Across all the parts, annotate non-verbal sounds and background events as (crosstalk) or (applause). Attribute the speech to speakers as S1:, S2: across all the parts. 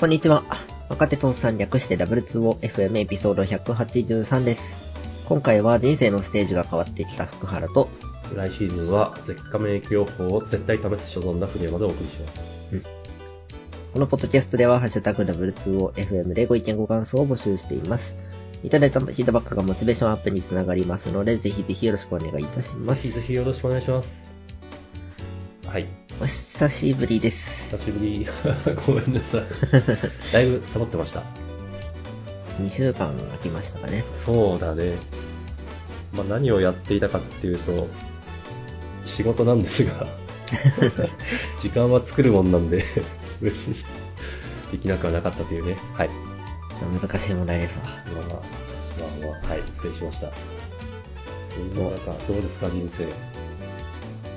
S1: こんにちは。若手投資さん略して W2OFM エピソード183です。今回は人生のステージが変わってきた福原と、
S2: 来シーズンは舌下免疫療法を絶対試す所存な船までお送りします。
S1: このポッドキャストでは、ハッシュタグ W2OFM でご意見ご感想を募集しています。いただいたフィードバックがモチベーションアップにつながりますので、ぜひぜひよろしくお願いいたしま
S2: ぜひぜ
S1: す。
S2: ひよろしくお願いします。はい、
S1: お久しぶりです。
S2: 久しぶり。 (laughs) ごめんなさ (laughs) い。だいぶサボってました。
S1: 2週間空きましたかね。
S2: そうだね。まあ、何をやっていたかっていうと、仕事なんです (laughs) が、時間は作るもんなんで、別にできなくはなかったというね。はい。
S1: 難しい問題ですわ。
S2: まあまあ、まあまあ、はい、失礼しました。そんな中、どうですか、人生。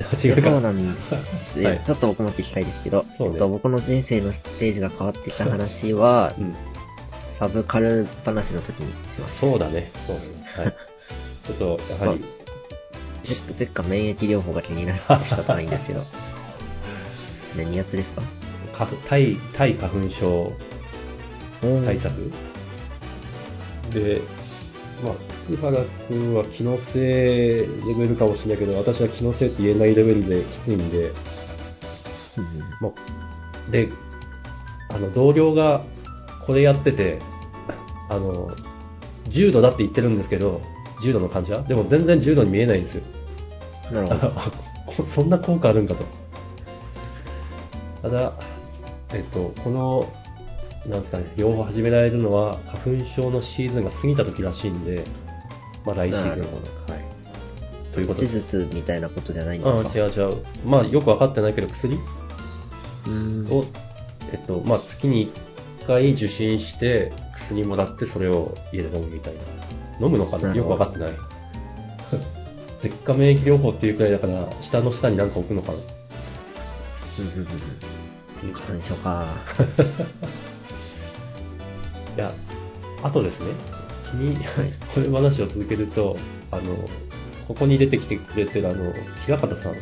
S2: あ、違うか。
S1: そうなんですよ、
S2: (laughs) はい
S1: ちょっと僕も聞きたいですけど、
S2: そうね
S1: えっと、僕の人生のステージが変わってきた話は
S2: う、ん、
S1: サブカル話の時にします。
S2: そうだね、そうだね。
S1: (laughs)
S2: はい。ちょっと、やはり、
S1: せせっか免疫療法が気になって仕方ないんです (laughs) けど。何月ですか
S2: 花粉対、対花粉症対策。で、まあ、福原君は気のせいレベルかもしれないけど、私は気のせいって言えないレベルできついんで、
S1: うん
S2: まあ、で、あの、同僚がこれやってて、あの、重度だって言ってるんですけど、重度の患者でも全然重度に見えないんですよ。
S1: なるほど。
S2: あこそんな効果あるんかと。ただ、えっと、この、なんですかね、療法始められるのは、花粉症のシーズンが過ぎた時らしいんで、まあ来シーズン
S1: なるほ
S2: はい。ということ
S1: 手
S2: です。
S1: 術みたいなことじゃないんで
S2: あ
S1: す
S2: あ、
S1: か
S2: 違う違う。まあ、よくわかってないけど、薬
S1: うん
S2: を、えっと、まあ、月に1回受診して、薬もらって、それを家で飲むみたいな。飲むのか
S1: な
S2: な
S1: る
S2: よ
S1: ほ
S2: く
S1: ど (laughs)
S2: わかってない。舌下免疫療法っていうくらいだから、下の下に何か置くのかな
S1: うんうんうんうん花粉症か。
S2: いや、あとですね、気に、 (laughs) これ話を続けると、あの、ここに出てきてくれてるあの、平方さん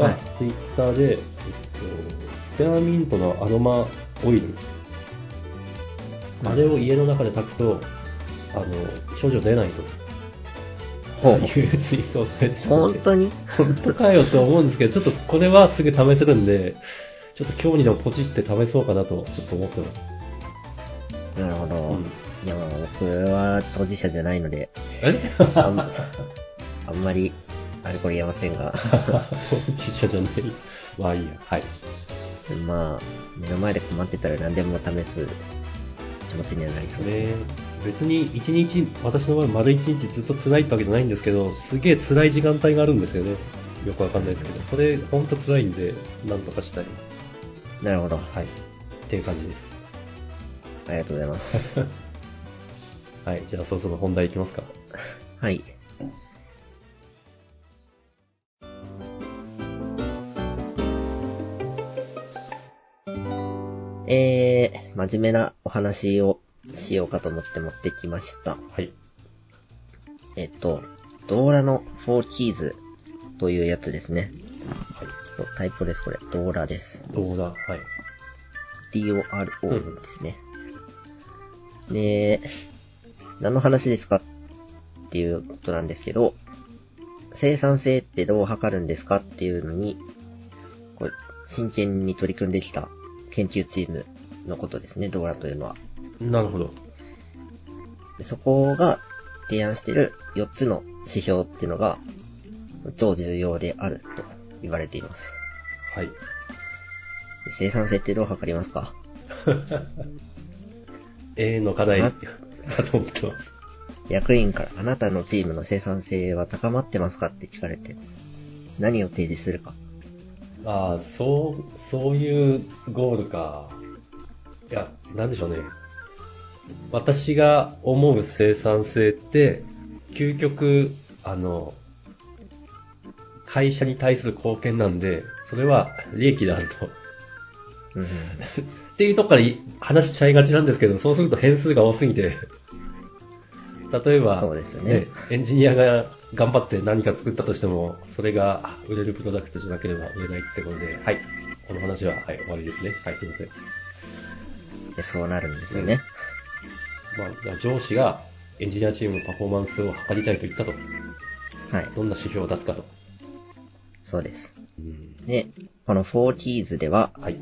S1: は
S2: が
S1: い
S2: ツイッターで、えっと、スペアミントのアロマオイル、
S1: うん
S2: あれを家の中で炊くと、あの、症状出ないと。
S1: ほう
S2: いうツイートをされてたん
S1: (laughs) 本
S2: で
S1: 当に
S2: 本当かよと思うんですけど、ちょっとこれはすぐ試せるんで、ちょっと今日にでもポチって試そうかなと、ちょっと思ってます。
S1: なるほど。
S2: うん
S1: いや、まあ僕は当事者じゃないので、
S2: え (laughs)
S1: あんあんまり、あれこれ言えません (laughs) が。
S2: (laughs) 一緒じゃない。まあいいや。はい。
S1: まあ、目の前で困ってたら何でも試す気持ちにはなりそうです。
S2: ね、別に一日、私の場合丸一日ずっと辛いってわけじゃないんですけど、すげえ辛い時間帯があるんですよね。よくわかんないですけど、それほんと辛いんで、なんとかしたい。
S1: なるほど。
S2: はい。っていう感じです。
S1: ありがとうございます。
S2: はい。じゃあそろそろ本題いきますか。
S1: はい。えー、真面目なお話をしようかと思って持ってきました。
S2: はい。
S1: えっと、ドーラのフォーキーズというやつですね。ちょっとタイプです、これ。ドーラです。
S2: どうだ。はい。
S1: DORO ですね。で、何の話ですかっていうことなんですけど、生産性ってどう測るんですかっていうのに、こう、真剣に取り組んできた研究チームのことですね、ドーラというのは。
S2: なるほど。
S1: でそこが提案している4つの指標っていうのが、超重要であると言われています。
S2: はい。
S1: で生産性ってどう測りますか
S2: 永遠の課題
S1: あ
S2: (laughs) だと思ってます。
S1: 役員からあなたのチームの生産性は高まってますかって聞かれて、何を提示するか。
S2: ああ、そう、そういうゴールか。いや、なんでしょうね。私が思う生産性って、究極、あの、会社に対する貢献なんで、それは利益であると。
S1: うんうん。
S2: っていうとこからい話しちゃいがちなんですけど、そうすると変数が多すぎて、例えば、
S1: そうですよね
S2: エンジニアが頑張って何か作ったとしても、それが売れるプロダクトじゃなければ売れないってことで、はい、この話は、はい、終わりですね。はい、すいません。
S1: でそうなるんですよね。
S2: まあ、じゃあ上司がエンジニアチームのパフォーマンスを測りたいと言ったと。
S1: はい。
S2: どんな指標を出すかと。
S1: そうです。
S2: うん
S1: で、この 4keys では、
S2: はい。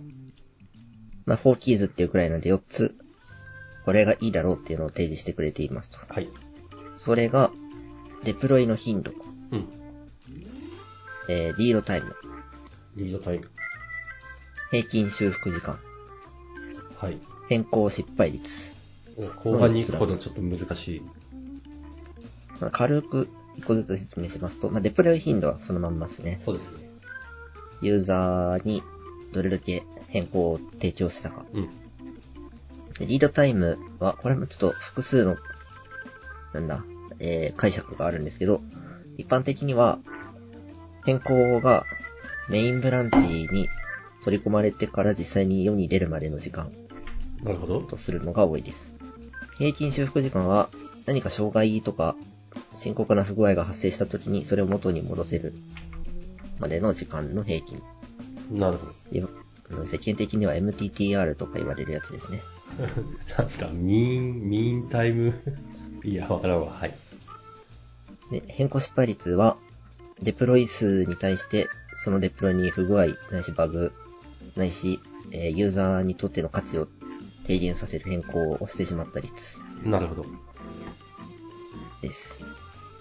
S1: まあ 4keys っていうくらいので4つ、これがいいだろうっていうのを提示してくれていますと。
S2: はい。
S1: それが、デプロイの頻度、
S2: うん。
S1: えー、リードタイム、
S2: リードタイム。
S1: 平均修復時間、
S2: はい。
S1: 変更失敗率。
S2: 後半に行くほどちょっと難しい。
S1: まあ軽く一個ずつ説明しますと、まあ、デプロイ頻度はそのまんまですね。
S2: そうですね。
S1: ユーザーにどれだけ変更を提供したか。
S2: うん。
S1: でリードタイムは、これもちょっと複数の、なんだ、えー解釈があるんですけど、一般的には、変更がメインブランチに取り込まれてから実際に世に出るまでの時間
S2: なるほど。
S1: とするのが多いです。平均修復時間は何か障害とか深刻な不具合が発生した時にそれを元に戻せるまでの時間の平均。
S2: なるほど。
S1: いわうん世間的には MTTR とか言われるやつですね。
S2: なんだ、ミーン、ミーンタイム。 (laughs) いや、わからんわ。はい。
S1: で変更失敗率は、デプロイ数に対して、そのデプロイに不具合、ないしバグ、ないし、えーユーザーにとっての価値を低減させる変更をしてしまった率
S2: なるほど。
S1: です。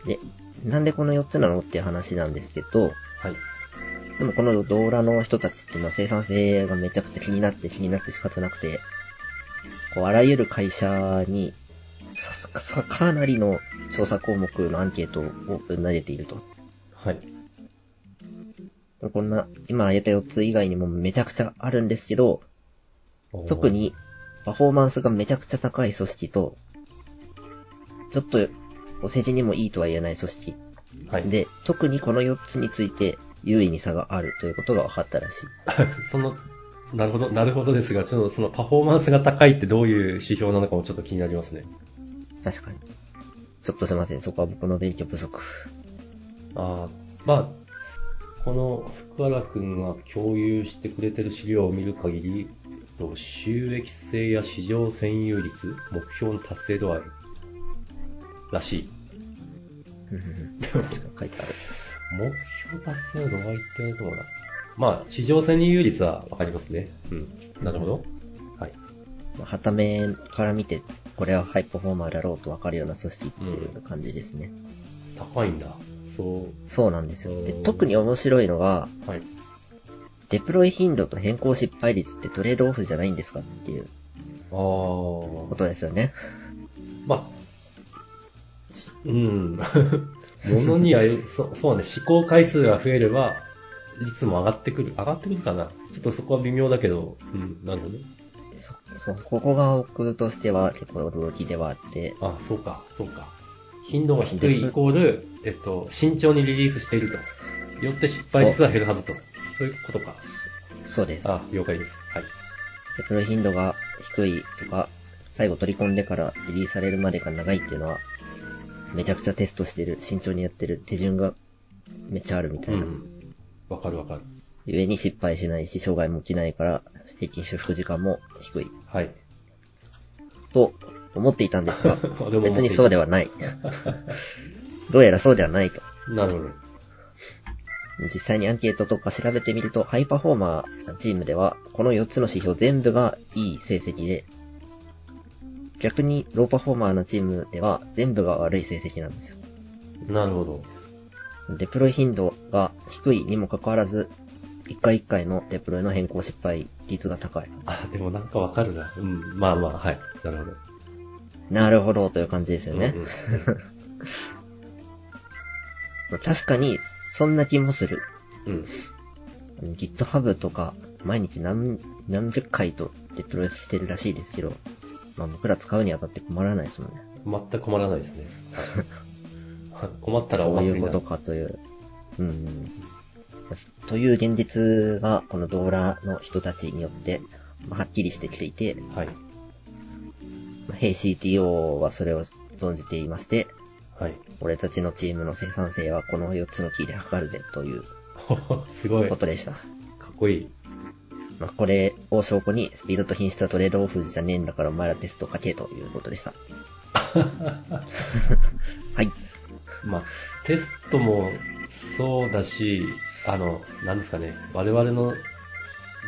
S1: で、なんでこの4つなのっていう話なんですけど、
S2: はい。
S1: でもこのドーラの人たちっていうのは生産性がめちゃくちゃ気になって気になって仕方なくて、こうあらゆる会社にさすがさかなりの調査項目のアンケートをぶん投げていると。
S2: はい。
S1: こんな、今挙げた4つ以外にもめちゃくちゃあるんですけど、
S2: おー
S1: 特。にパフォーマンスがめちゃくちゃ高い組織と、ちょっとお世辞にもいいとは言えない組織。
S2: はい。で、
S1: で、特にこの4つについて優位に差があるということが分かったらしい。
S2: (laughs) その、なるほど、なるほどですが、ちょっとそのパフォーマンスが高いってどういう指標なのかもちょっと気になりますね。
S1: 確かに。ちょっとすいません。そこは僕の勉強不足。
S2: あーまあ、この福原くんが共有してくれてる資料を見る限り、えっと収益性や市場占有率、目標の達成度合いらしい。
S1: 書いてある。
S2: 目標達成の度合いってどうだまあ、市場占有率はわかりますね。うん。なるほど。はい。
S1: まあ、はためから見て、これはハイパフォーマーだろうと分かるような組織っていう感じですね。
S2: 高いんだ。そ
S1: そうなんですよ。で
S2: うん
S1: 特に面白いのは、
S2: う。はい。
S1: デプロイ頻度と変更失敗率ってトレードオフじゃないんですかっていう
S2: あ
S1: こ
S2: あ。
S1: とですよね。
S2: まあ、しうん。 (laughs) ものにはよ、そそうね、試行回数が増えれば、率も上がってくる。上がってくるかなちょっとそこは微妙だけど、うん、なるほど。
S1: そ、そう、ここが僕としては結構驚きではあって、
S2: あ、そうか、そうか。頻度が低いイコール、えっと、慎重にリリースしていると。よって失敗率は減るはずと。そういうことか。
S1: そうです。
S2: あ、了解です。はい。
S1: デプロイ頻度が低いとか、最後取り込んでからリリースされるまでが長いっていうのは、めちゃくちゃテストしてる、慎重にやってる手順がめっちゃあるみた
S2: う
S1: いな。
S2: ん。わかるわかる。
S1: ゆえに失敗しないし、障害も起きないから、平均修復時間も低い。
S2: (laughs) はい。
S1: と思っていたん (laughs) ですが、
S2: で
S1: 別にそうでは (laughs) ない。どうやらそうではないと。
S2: なるほど。
S1: 実際にアンケートとか調べてみると、ハイパフォーマーチームでは、この4つの指標全部がいい成績で、逆にローパフォーマーのチームでは全部が悪い成績なんですよ。
S2: なるほど。
S1: デプロイ頻度が低いにもかかわらず、1回1回のデプロイの変更失敗率が高い。
S2: あ、でもなんかわかるな。うん。まあまあ、はい。なるほど。
S1: なるほどという感じですよね。
S2: うんうん
S1: まあ確かに、そんな気もする。
S2: うん。
S1: GitHub とか、毎日何、何十回とデプロイしてるらしいですけど、まあ僕ら使うにあたって困らないですもんね。
S2: 全く困らないです (laughs) ね。はい困ったらお
S1: そう
S2: 祭
S1: い
S2: り
S1: うこ
S2: だ
S1: とかという。うん。という現実が、このドーラの人たちによって、まあはっきりしてきていて、
S2: はい。
S1: まあヘイ CTO はそれを存じていまして、
S2: はい。 (laughs)
S1: 俺たちのチームの生産性はこの4つのキーで測るぜという
S2: すごい。
S1: こ
S2: か
S1: とでした。
S2: っこいい。
S1: まあ、これを証拠に、スピードと品質はトレードオフじゃねえんだからお前らテスト書けということで
S2: (laughs)
S1: した。はい。
S2: まあ、テストもそうだし、あの、なんですかね、我々の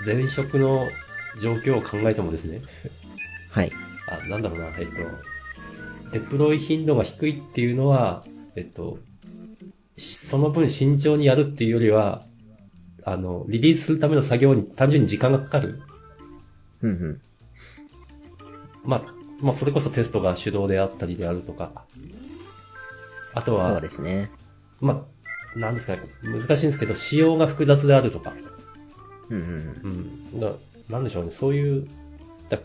S2: 前職の状況を考えてもですね、
S1: はい。
S2: あ、なんだろうな、えっと、デプロイ頻度が低いっていうのは、えっと、しその分慎重にやるっていうよりは、あの、リリースするための作業に単純に時間がかかる。
S1: うんうん。
S2: まあ、まあ、それこそテストが手動であったりであるとか、あと
S1: そう
S2: は、
S1: ですね。
S2: まあ、なんですかね、難しいんですけど、仕様が複雑であるとか、
S1: うんうん。
S2: うん、ななんでしょうね、そういう、だ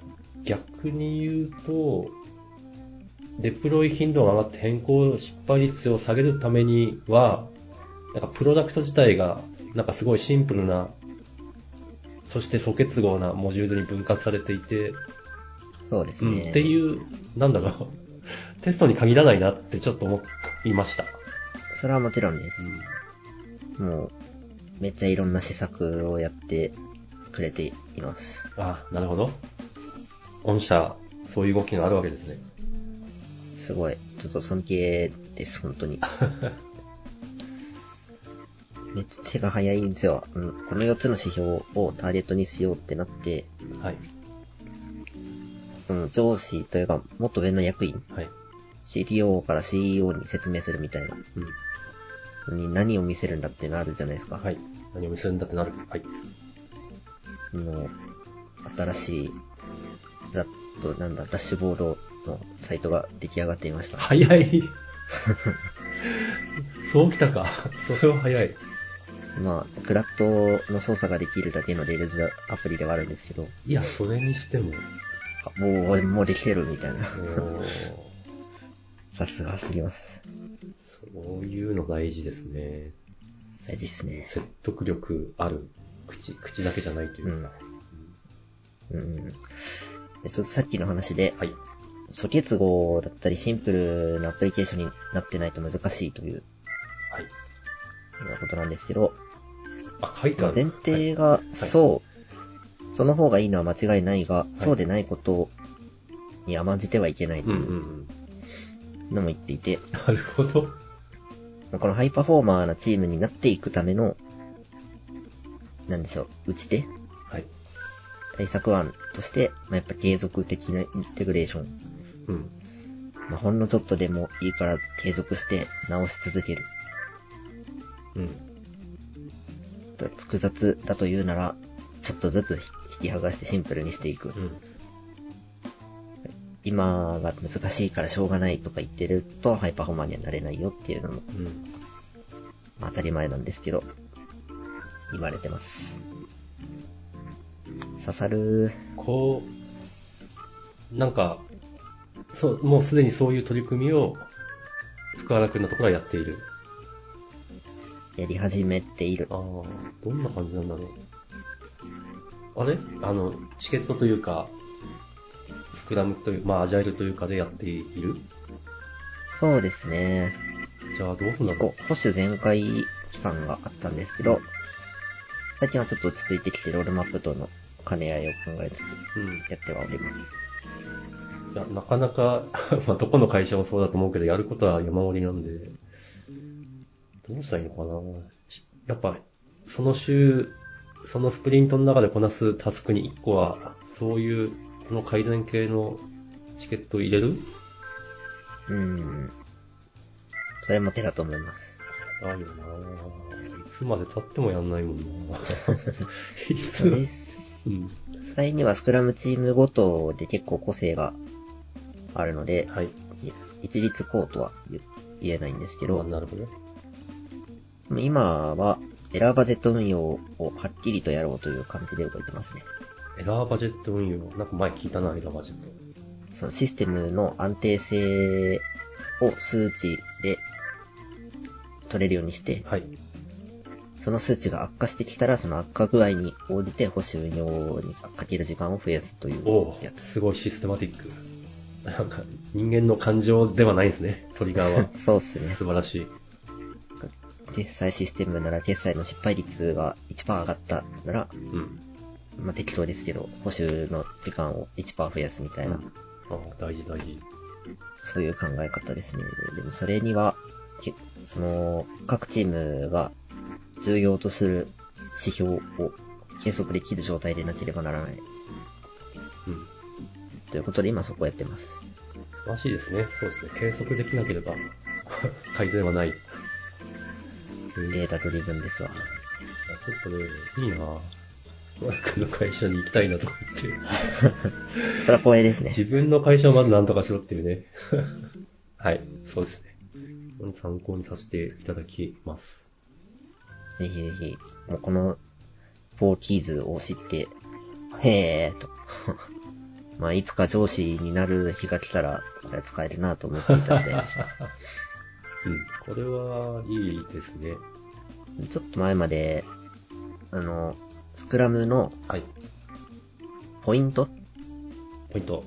S2: 逆に言うと、デプロイ頻度が上がって変更失敗率を下げるためには、なんかプロダクト自体が、なんかすごいシンプルな、そして素結合なモジュールに分割されていて、
S1: そうです
S2: うん
S1: ね。
S2: って
S1: う。
S2: いう、なんだろう、テストに限らないなってちょっと思いました。
S1: それはもちろんです
S2: う。ん
S1: もう、めっちゃいろんな施策をやってくれています。
S2: あ、なるほど。御社、そういう動きがあるわけですね。
S1: すごい。ちょっと尊敬です、本当に。めっちゃ手が早いんですよ。うん、この4つの指標をターゲットにしようってなって、
S2: はい。
S1: うん、上司というか、もっと上の役員、
S2: はい。
S1: CTO から CEO に説明するみたいな
S2: うん。
S1: のに何を見せるんだってなるじゃないですか。
S2: はい。何を見せるんだってなる。はい。
S1: の、新しい、ラット、なんだ、ダッシュボードのサイトが出来上がっていました。
S2: 早い。そうきたか。それは早い。
S1: まあ、クラットの操作ができるだけのレールズアプリではあるんですけど、
S2: いや、それにしても。
S1: あもう、もうできてるみたいな。
S2: おー
S1: さすがすぎます。
S2: そういうの大事ですね。
S1: 大事ですね。
S2: 説得力ある口、口だけじゃないというか。
S1: うん。でそさっきの話で、
S2: はい。
S1: 素結合だったりシンプルなアプリケーションになってないと難しいというよ
S2: はい。
S1: うなことなんですけど、
S2: あ、書いて
S1: ま
S2: あ
S1: あ前
S2: る。はい
S1: 提が、
S2: い
S1: そう、その方がいいのは間違いないが、そうでないことに甘んじてはいけないと
S2: う
S1: い
S2: んうんう。
S1: うんのも言っていて、
S2: なるほど。
S1: まあこのハイパフォーマーなチームになっていくための、なんでしょう、打ち手
S2: はい。
S1: 対策案として、まあ、やっぱ継続的なインテグレーション。
S2: うん。
S1: まあ、ほんのちょっとでもいいから継続して直し続ける。
S2: うん。
S1: 複雑だというなら、ちょっとずつ引き剥がしてシンプルにしていく。
S2: うん。
S1: 今が難しいからしょうがないとか言ってると、ハイパフォーマーにはなれないよっていうのも、
S2: うん。
S1: まあ当たり前なんですけど、言われてます。刺さる
S2: こう、なんか、そう、もうすでにそういう取り組みを、福原くんのところはやっている。
S1: やり始めている。
S2: ああ、どんな感じなんだろう。あれあの、チケットというか、スクラムという、まあ、アジャイルというかでやっている
S1: そうですね。
S2: じゃあ、どうすんだ
S1: 結構
S2: ろ
S1: 保守全開期間があったんですけど、最近はちょっと落ち着いてきてロールマップとの兼ね合いを考えつつ
S2: う。うん。
S1: やってはおります。
S2: いや、なかなか、 (laughs) まあ、どこの会社もそうだと思うけど、やることは山盛りなんで、どうしたらいいのかなしやっぱ、その週、そのスプリントの中でこなすタスクに1個は、そういう、この改善系のチケットを入れる
S1: うん。それも手だと思い (laughs) ます。
S2: あるよなぁいつまで経ってもやんない (laughs) もんなぁいつ
S1: そう
S2: ま
S1: で。
S2: ですうん。
S1: 実際にはスクラムチームごとで結構個性があるので、
S2: はい。
S1: い一律こうとは言言えないんですけ
S2: まあ
S1: ど、
S2: なるほど。
S1: でも今はエラーバジェット運用をはっきりとやろうという感じで動いてますね。
S2: エラーバジェット運用。なんか前聞いたな、エラーバジェット。
S1: そのシステムの安定性を数値で取れるようにして、
S2: はい。
S1: その数値が悪化してきたら、その悪化具合に応じて保守運用にかける時間を増やすとい
S2: おお
S1: うやつ。。
S2: すごいシステマティック。なんか、人間の感情ではないんですね、トリガ (laughs) ーは
S1: そうっすね。
S2: 素晴らしい。
S1: 決済システムなら決済の失敗率が1%上がったなら、
S2: うん。
S1: まあ、適当ですけど、補修の時間を1%増やすみたいな、
S2: あ大事大事。
S1: そういう考え方ですね。でもそれには、けその、各チームが重要とする指標を計測できる状態でなければならない。
S2: うん。
S1: ということで今そこやってます。
S2: 素晴らしいですね。そうですね。計測できなければ (laughs) 改善はない。えー
S1: データドリブンですわ。
S2: ちょっとね、いいなぁ。マー君の会社に行きたいなとか言って。 (laughs)
S1: それは光栄ですね。
S2: 自分の会社をまず何とかしろっていうね。 (laughs) はい、そうですね。本当に参考にさせていただきます。
S1: ぜひぜひ、もうこの4キーズを知って、へーと。 (laughs) まあ、いつか上司になる日が来たら、これは使えるなと思っていたので、
S2: うん、これはいいですね。
S1: ちょっと前まで、あの、スクラムの
S2: はい、
S1: ポイント
S2: ポイント。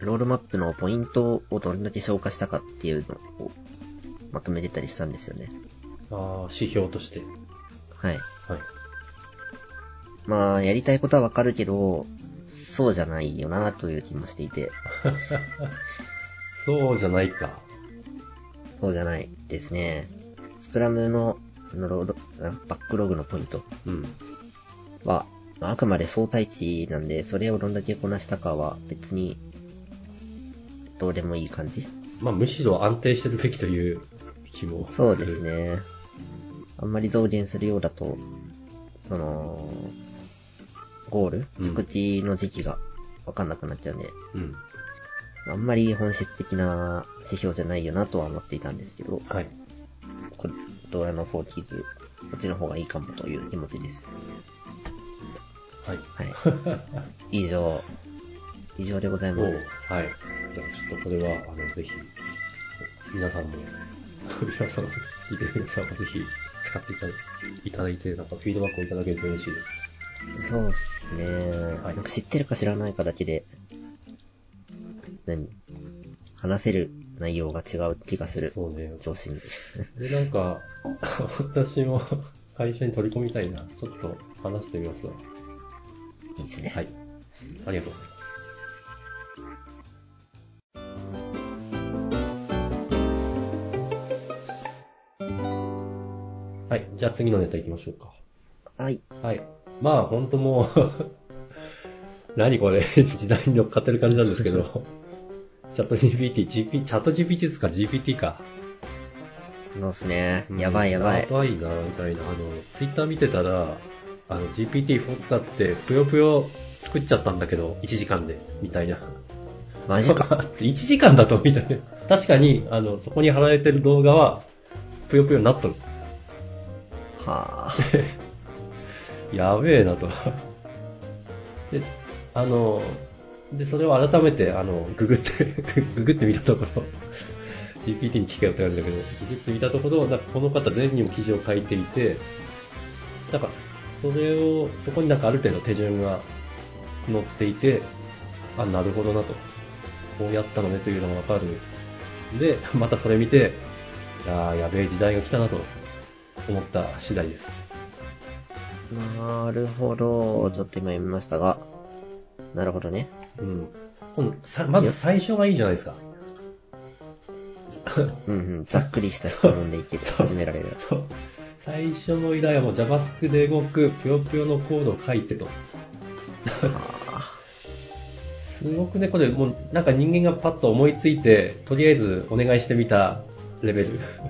S1: ロールマップのポイントをどれだけ消化したかっていうのをまとめてたりしたんですよね。
S2: ああ、指標として。
S1: はい。
S2: はい。
S1: まあ、やりたいことはわかるけど、そうじゃないよなという気もしていて、
S2: そうじゃないか。
S1: そうじゃないですね。スクラムの、あのロード、あバックログのポイント
S2: うん。
S1: は、まああくまで相対値なんで、それをどんだけこなしたかは別に、どうでもいい感じ
S2: まあ、むしろ安定してるべきという気もする。
S1: そうです。ね。あんまり増減するようだと、その、ゴール
S2: うん
S1: 着地の時期がわかんなくなっちゃうんで、
S2: うん。
S1: あんまり本質的な指標じゃないよなとは思っていたんですけど、
S2: はい。
S1: こドラのフォーキーズ、こっちの方がいいかもという気持ちです。
S2: はい。 (laughs)
S1: はい。以上、以上でござい
S2: おう
S1: ます。
S2: はい。じゃあ、ちょっとこれは、あの、ぜひ、皆さんも、 (laughs) 皆さんも、聞いてる皆さんもぜひ、使っていたいただいて、なんかフィードバックをいただけると嬉しいです。
S1: そうっすね。
S2: はい
S1: なんか知ってるか知らないかだけで、何話せる内容が違う気がする。
S2: そうね。
S1: 上 (laughs) 司に。
S2: で、なんか、 (laughs) 私も会社に取り込みたいな。ちょっと話してみますわ。
S1: いいですね。
S2: はい。ありがとうございます。はい。じゃあ次のネタ行きましょうか。
S1: はい。
S2: はい。まあ、ほんともう、 (laughs) 何これ、 (laughs) 時代に乗っかってる感じなんですけ (laughs) ど、チャット GPT、GP、チャット GPT ですか、GPT か。
S1: そうっすね。やばいやばい
S2: や。ばいな、みたいな。あの、ツイッター見てたら、あの、GPT-4 使って、ぷよぷよ作っちゃったんだけど、1時間で、みたいな。
S1: マジ
S2: と
S1: か。
S2: (laughs) か、1時間だと、みたいな。確かに、あの、そこに貼られてる動画は、ぷよぷよになっとる。
S1: はあ。
S2: やべえなと。で、あの、で、それを改めて、あの、ググって、 (laughs) ググってみたところ、GPT に聞けよって言われたけど、ググってみたところ、なんかこの方全にも記事を書いていて、なんか、それを、そこになんかある程度手順が載っていて、あ、なるほどなと。こうやったのねというのがわかる。で、またそれ見て、ああ、やべえ時代が来たなと思った次第です。
S1: なるほど。ちょっと今読みましたが。なるほどね。
S2: うん。今度さまず最初がいいじゃない (laughs) ですか。
S1: うんうん。ざっくりした質問でいける。
S2: (laughs) そう
S1: 始められる。
S2: そう最初の依頼はもう JavaScript で動くぷよぷよのコードを書いてと。
S1: は
S2: すごくね、これもうなんか人間がパッと思いついて、とりあえずお願いしてみたレベル。
S1: あ。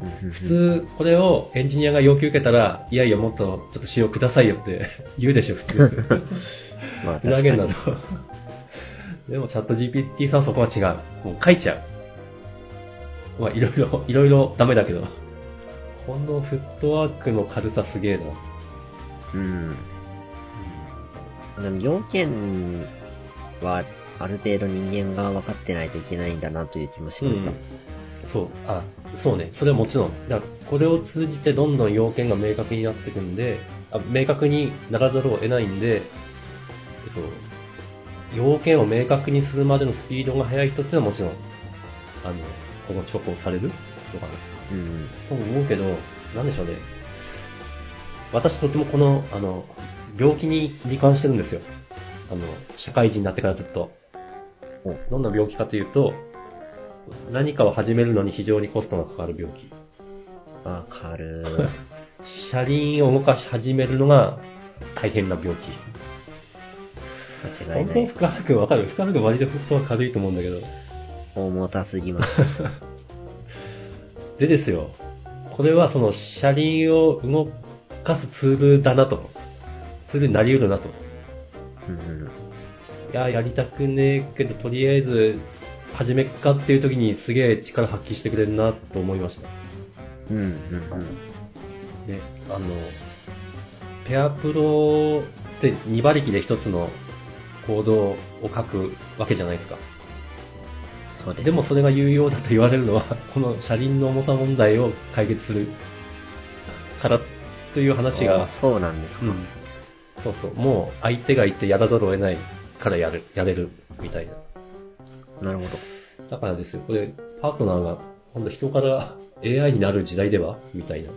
S1: うんうんうん
S2: 普通、これをエンジニアが要求受けたら、いやいやもっとちょっと使用くださいよって言うでしょ、普通。
S1: まあ
S2: ふざけんな
S1: 確か
S2: と。でもチャット GPT さんはそこは違う。もう書いちゃう。まあいろいろ、 (laughs) いろいろダメだけど。このフットワークの軽さすげえな。
S1: にうん。でも要件は、ある程度人間が分かってないといけないんだなという気もしました。
S2: そう、あ、そうね。それはもちろん。だからこれを通じてどんどん要件が明確になっていくんで、あ明確にならざるを得ないんで、えっと、要件を明確にするまでのスピードが速い人っていうのはもちろん、あの、この重宝されるのかな。
S1: うん。
S2: と思うけど、なんでしょうね。私とてもこの、あの、病気に罹患してるんですよ。あの、社会人になってからずっと。
S1: お
S2: どんな病気かというと、何かを始めるのに非常にコストがかかる病気。
S1: わかるー。
S2: 車輪を動かし始めるのが大変な病気。
S1: 間違い
S2: 本
S1: な
S2: 当
S1: い。
S2: 深くわかる深く割と本当は軽いと思うんだけど。
S1: 重たすぎます。
S2: でですよ、これはその車輪を動かすツールだなと。ツールになり得るなと。
S1: うんうん。
S2: いや、やりたくねえけど、とりあえず、始めっかっていう時にすげえ力発揮してくれるなと思いました。
S1: うんうんうん。
S2: ね、あの、ペアプロって2馬力で1つの行動を書くわけじゃないですか。
S1: そうです。
S2: でもそれが有用だと言われるのは、この車輪の重さ問題を解決するからという話
S1: あ
S2: が、
S1: そうなんですか。
S2: うん。そうそう、もう相手がいてやらざるを得ないからやる、やれるみたいな。
S1: なるほど。
S2: だからですよ、これ、パートナーが、今度人から AI になる時代ではみたいな。
S1: は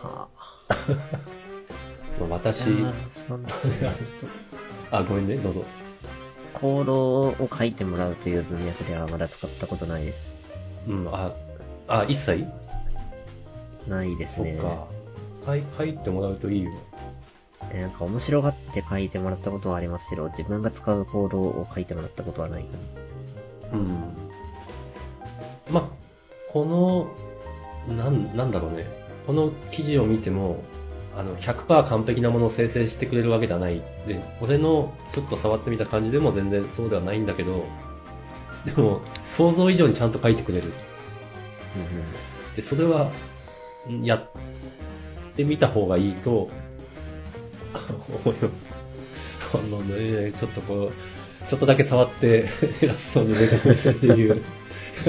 S1: あ。
S2: まあ
S1: いや
S2: 私、
S1: ーそんな、ちょっと
S2: あ、ごめんね、どうぞ。
S1: 行動を書いてもらうという文脈ではまだ使ったことないです。
S2: うん、あ、あ、一切
S1: ないです
S2: そっ
S1: ね。
S2: か。書い書いてもらうといいよ。
S1: えなんか面白がって書いてもらったことはありますけど、自分が使う行動を書いてもらったことはないか
S2: うん。まあ、この、なん、なんだろうね。この記事を見ても、あの、100%完璧なものを生成してくれるわけではない。で、俺のちょっと触ってみた感じでも全然そうではないんだけど、でも、想像以上にちゃんと書いてくれる。
S1: な。うんうん。
S2: で、それは、んやってみた方がいいと、 (laughs) 思います。あのね、ちょっとこう、ちょっとだけ触って (laughs) 偉そうに目が見せっていう、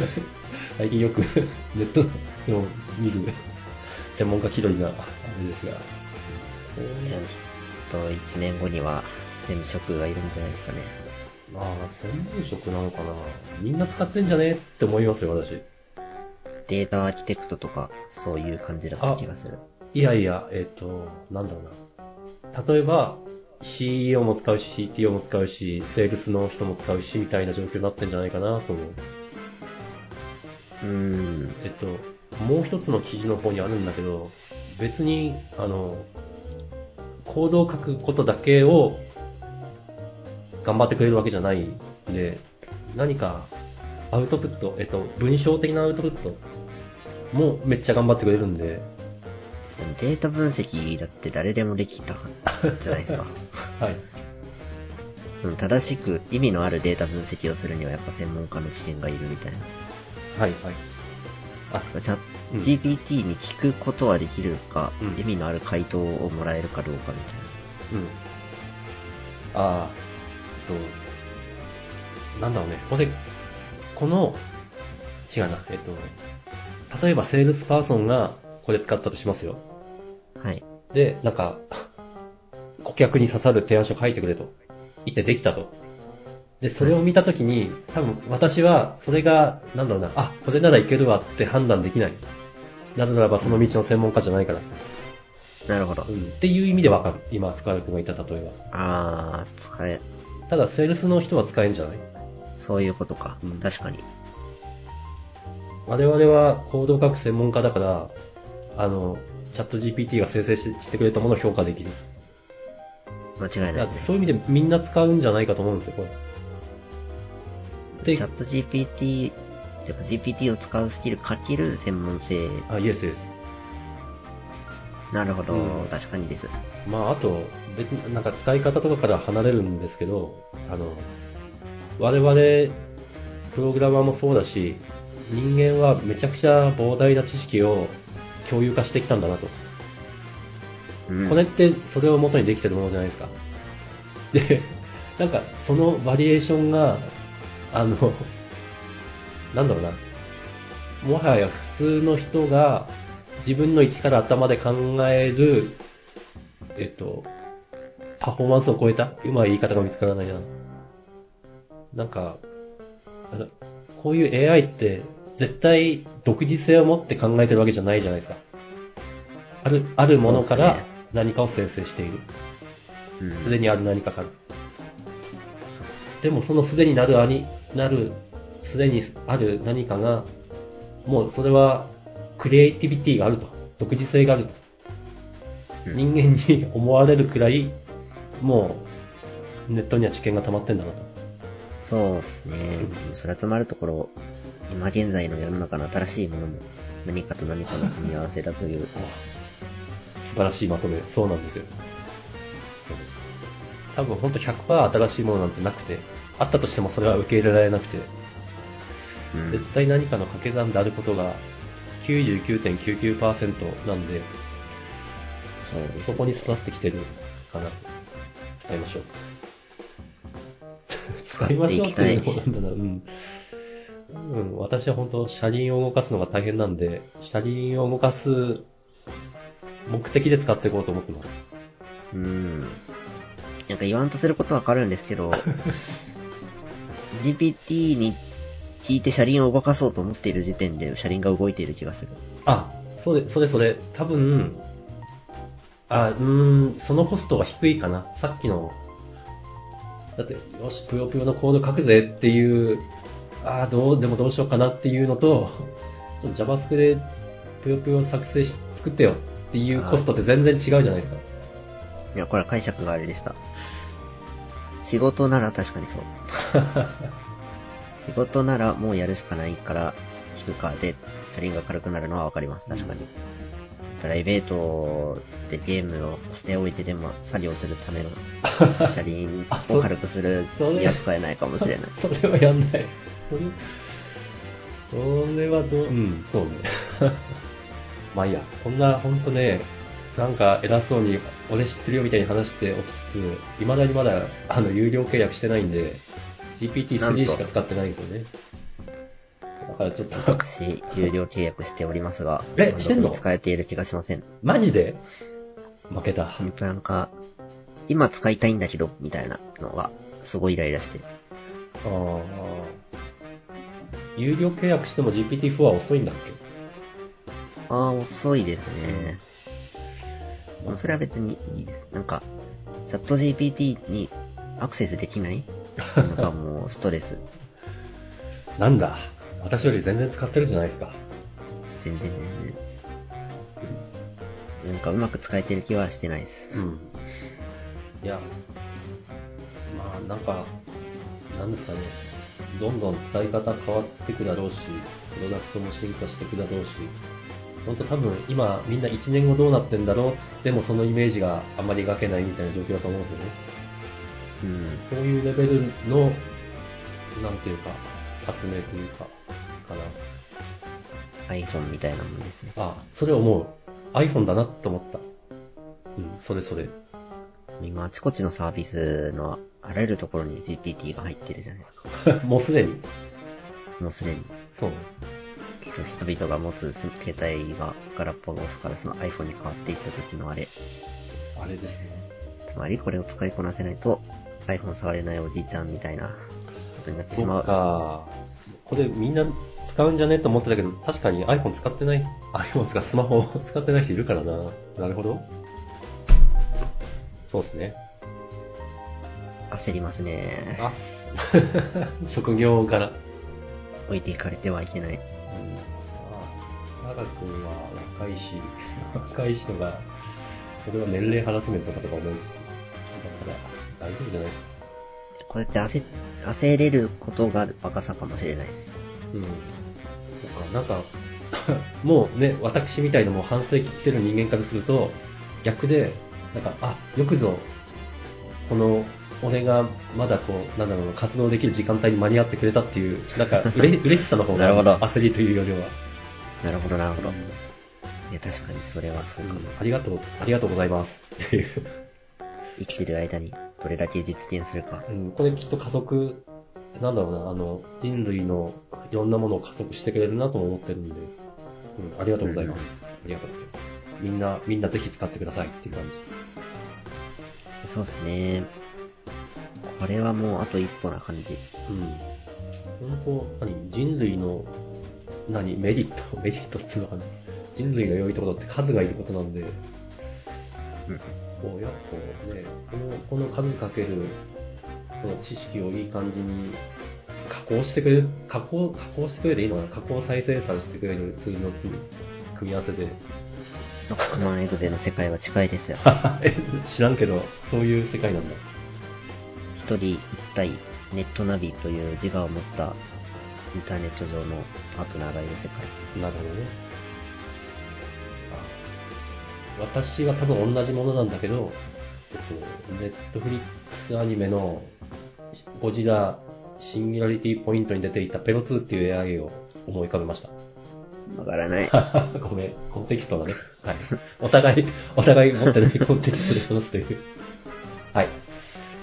S2: (laughs) 最近よく (laughs) ネットでも見る専門家気取りなあれですが、
S1: いやきっと1年後には専職がいるんじゃないですかね。
S2: まあ、専門職なのかなみんな使ってんじゃねって思いますよ、私。
S1: データアーキテクトとか、そういう感じだった気がする。
S2: いやいや、えっ、と、なんだろうな。例えば、CEO も使うし、CTO も使うし、セールスの人も使うし、みたいな状況になってんじゃないかなと思う。
S1: うーん。
S2: えっと、もう一つの記事の方にあるんだけど、別に、あの、行動を書くことだけを頑張ってくれるわけじゃないんで、何かアウトプット、えっと、文章的なアウトプットもめっちゃ頑張ってくれるんで、
S1: でもデータ分析だって誰でもできたじゃない
S2: (laughs)
S1: ですか。
S2: はい。
S1: うん正しく意味のあるデータ分析をするにはやっぱ専門家の知見がいるみたいな。
S2: はい、はい。あ、
S1: チャット
S2: うん
S1: GPT に聞くことはできるか、
S2: うん
S1: 意味のある回答をもらえるかどうかみたいな。
S2: うん。ああ、えっと、なんだろうね。これ、この、違うな。えっと、例えばセールスパーソンがこれ使ったとしますよ。
S1: はい。
S2: で、なんか、 (laughs) 顧客に刺さる提案書書いてくれと。言ってできたと。で、それを見たときに、多分私は、それが、なんだろうな、あ、これならいけるわって判断できない。なぜならばその道の専門家じゃないから。
S1: なるほど
S2: う。ん。っていう意味でわかる。今、深川君が言った例えば。
S1: あー、使え、
S2: ただ、セールスの人は使えんじゃない
S1: そういうことか。
S2: うん
S1: 確かに。
S2: 我々は行動学専門家だから、あの、チャット GPT が生成ししてくれたものを評価できる。
S1: 間違い
S2: い
S1: ない
S2: や
S1: です
S2: そういう意味でみんな使うんじゃないかと思うんですよ、これ。
S1: ね。
S2: で
S1: チャッ、ト GPT、やっぱ GPT を使うスキルかける専門性。
S2: あ、イエスイエス。
S1: なるほど、
S2: うん
S1: 確かにです。
S2: まあ、あと、別になんか使い方とかから離れるんですけど、あの、我々、プログラマーもそうだし、人間はめちゃくちゃ膨大な知識を共有化してきたんだなと。
S1: うん
S2: これってそれを元にできてるものじゃないですか。で、なんかそのバリエーションが、あの、なんだろうな。もはや普通の人が自分の一から頭で考える、えっと、パフォーマンスを超えたうまい言い方が見つからないな。なんか、あのこういう AI って絶対独自性を持って考えてるわけじゃないじゃないですか。ある、あるものか
S1: そうで
S2: ら
S1: すね
S2: 何かを生成している。
S1: うん
S2: すでにある何かから。でもそのすでになるあに、なる、すでにある何かが、もうそれはクリエイティビティがあると。独自性があると。
S1: うん
S2: 人間に思われるくらい、もうネットには知見が溜まってんだなと。
S1: そうですね。それはつまるところ、今現在の世の中の新しいものも、何かと何かの組み合わせだと
S2: (laughs)
S1: いう。
S2: 素晴らしいまとめ。そうなんですよ。多分ほんと100%新しいものなんてなくて、あったとしてもそれは受け入れられなくて、
S1: うん
S2: 絶対何かの掛け算であることが99.99%なんで、
S1: そうです。
S2: そこに育ってきてるかな。使い
S1: (laughs)
S2: ましょう。使いましょうっていうのもなんだな。うん。うん、私は本当、車輪を動かすのが大変なんで、車輪を動かす目的で使っていこうと思ってます。
S1: うん。なんか言わんとすることはわかるんですけ
S2: (laughs)
S1: ど、GPT に聞いて車輪を動かそうと思っている時点で車輪が動いている気がする。
S2: あ、それ、それそれ、多分、あ、うーん、そのコストは低いかな。さっきの、だって、よし、ぷよぷよのコード書くぜっていう、あーどう、でもどうしようかなっていうのと、ちょっと JavaScript でぷよぷよ作成し、作ってよっていうコストって全然違うじゃないですか。
S1: いや、これは解釈があれでした。仕事なら確かに
S2: (laughs)
S1: そう。仕事ならもうやるしかないから、聞くかで、車輪が軽くなるのはわかります。確かに。プライベートでゲームをしておいてでも作業するため
S2: (laughs)
S1: の車輪
S2: あそ
S1: を軽くするには使えないかもしれない。
S2: (laughs) それはやんない。それ、それはどう、うん、そうね。 (laughs) まあいいや、こんな、ほんとね、なんか偉そうに、俺知ってるよみたいに話しておきつつ、未だにまだ、あの、有料契約してないんで、
S1: なんと
S2: GPT-3 しか使ってないんですよね。だからちょっと、 (laughs)
S1: 私、有料契約しておりますが、
S2: え
S1: 満
S2: して
S1: 足
S2: んの
S1: に使えている気がしません。
S2: マジで負けた。
S1: 本当なんか、今使いたいんだけど、みたいなのが、すごいイライラしてる。
S2: あー有料契約しても GPT-4 は遅いんだっけ
S1: ああ、遅いですね。まあそれは別にいいです。なんか、チャット GPT にアクセスできないのがもうストレス。
S2: なんだ私より全然使ってるじゃないですか。
S1: 全然全然。なんかうまく使えてる気はしてないです。
S2: うん。いや、まあなんか、なんですかね、どんどん使い方変わってくだろうし、プロダクトも進化してくだろうし、ほんと多分今みんな1年後どうなってんだろう、でもそのイメージがあまり描けないみたいな状況だと思うんですよね。
S1: うん。
S2: そういうレベルの、なんていうか、発明というか、かな。
S1: iPhone みたいなもんですね。
S2: あ、それ思う。iPhone だなと思った。うん、それそれ。 (laughs)
S1: 今、あちこちのサービスのあらゆるところに GPT が入ってるじゃないですか。
S2: もうすでに。
S1: もうすでに。
S2: そうね。
S1: きっと人々が持つ携帯がガラッパゴスからその iPhone に変わっていった時のあれ。
S2: あれですね。
S1: つまりこれを使いこなせないと iPhone 触れないおじいちゃんみたいなことになってしま。
S2: そうっか。これみんな使うんじゃねと思ってたけど、確かに iPhone 使ってない、iPhone 使うスマホ (laughs) を使ってない人いるからな。なるほど。そうですね。
S1: 焦りますね。
S2: あ、 (laughs) 職業柄。
S1: 置いていかれてはいけない。
S2: うん、あ長くは若いし、 (laughs) 若い人が、これは年齢ハラスメントかとか思いつつ、だから大丈夫じゃないですか。
S1: こうやって焦、焦れることがバカさかもしれないです。
S2: うん。とか、なんか、 (laughs) もうね、私みたいなもう半世紀来てる人間からすると、逆で、なんか、あ、よくぞ、この、俺がまだこう、なんだろう、活動できる時間帯に間に合ってくれたっていう、なんか、
S1: (laughs)
S2: うれ嬉しさの方
S1: なるほど
S2: が、焦りというよりは、
S1: なるほど、なるほ
S2: う
S1: ど。いや、確かにそれはそうかも
S2: ん。ありがとう、ありがとうございますっていう。
S1: 生きてる間にどれだけ実現するか。
S2: うん、これきっと加速、なんだろうな、あの、人類のいろんなものを加速してくれるなとも思ってるんで、うん、ありがとうございます。ありがとうございます。みんな、みんなぜひ使ってくださいっていう感じ。
S1: そうですね。これはもうあと一歩な感じ。
S2: うん。本当、何人類の、何メリット、メリットっつうのかな。人類が良いところって数がいることなんで、
S1: うん。
S2: こうやっぱねこのこの数かけるこの知識をいい感じに加工してくれる加工加工してくれでいいのかな加工再生産してくれるツールの組み組み合わせで
S1: なんかクマンエグゼの世界は近いですよ。
S2: え (laughs) 知らんけどそういう世界なんだ
S1: 一人一体ネットナビという自我を持ったインターネット上のパートナーがいる世界。
S2: なるほどね。あ私は多分同じものなんだけど、ネットフリックスアニメのゴジラシンギュラリティポイントに出ていたペロ2っていう AI を思い浮かべました。
S1: わからない。
S2: (laughs) ごめん、コンテキストがね。はい。お互い、お互い持ってないコンテキストで話すという。はい。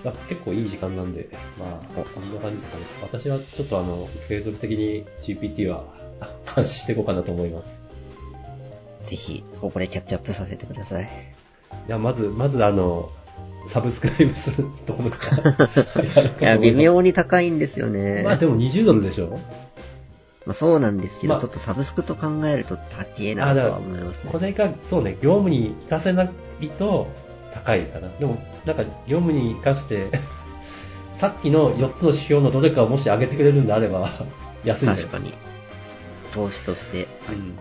S2: まあ結構いい時間なんで、まあ、こんな感じですかね。私はちょっとあの、継続的に GPT はあ監視していこうかなと思います。
S1: ぜひ、ここでキャッチアップさせてください。
S2: いや、まず、まずあの、サブスクライブするところから。
S1: (laughs) いや、微妙に高いんですよね。
S2: まあでも20ドルでしょ
S1: まあ、そうなんですけど、
S2: まあ
S1: ちょっとサブスクと考えると高えなとは思いますね
S2: こ。れが、そうね、業務に活かせないと高いかな。でも、なんか、業務に活かして、 (laughs) さっきの4つの指標のどれかをもし上げてくれるんであれば、 (laughs) 安いんだよ
S1: 確かに。投資として、
S2: うん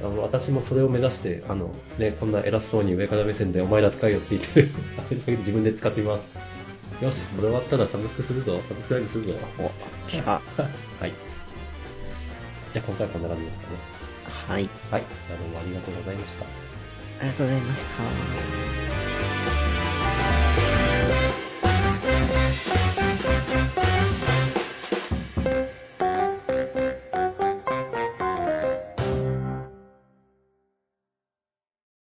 S2: あの私もそれを目指して、あの、ね、こんな偉そうに上から目線でお前ら使えよって言ってる。 (laughs) あれだけど自分で使ってみます。よし、これ終わったらサブスクするぞ。サブスクライブするぞ。 (laughs)
S1: お、来た。
S2: はい。じゃあ今回はこんな感じですかね。
S1: はい。
S2: はい。あの、ありがとうございました。
S1: ありがとうございました。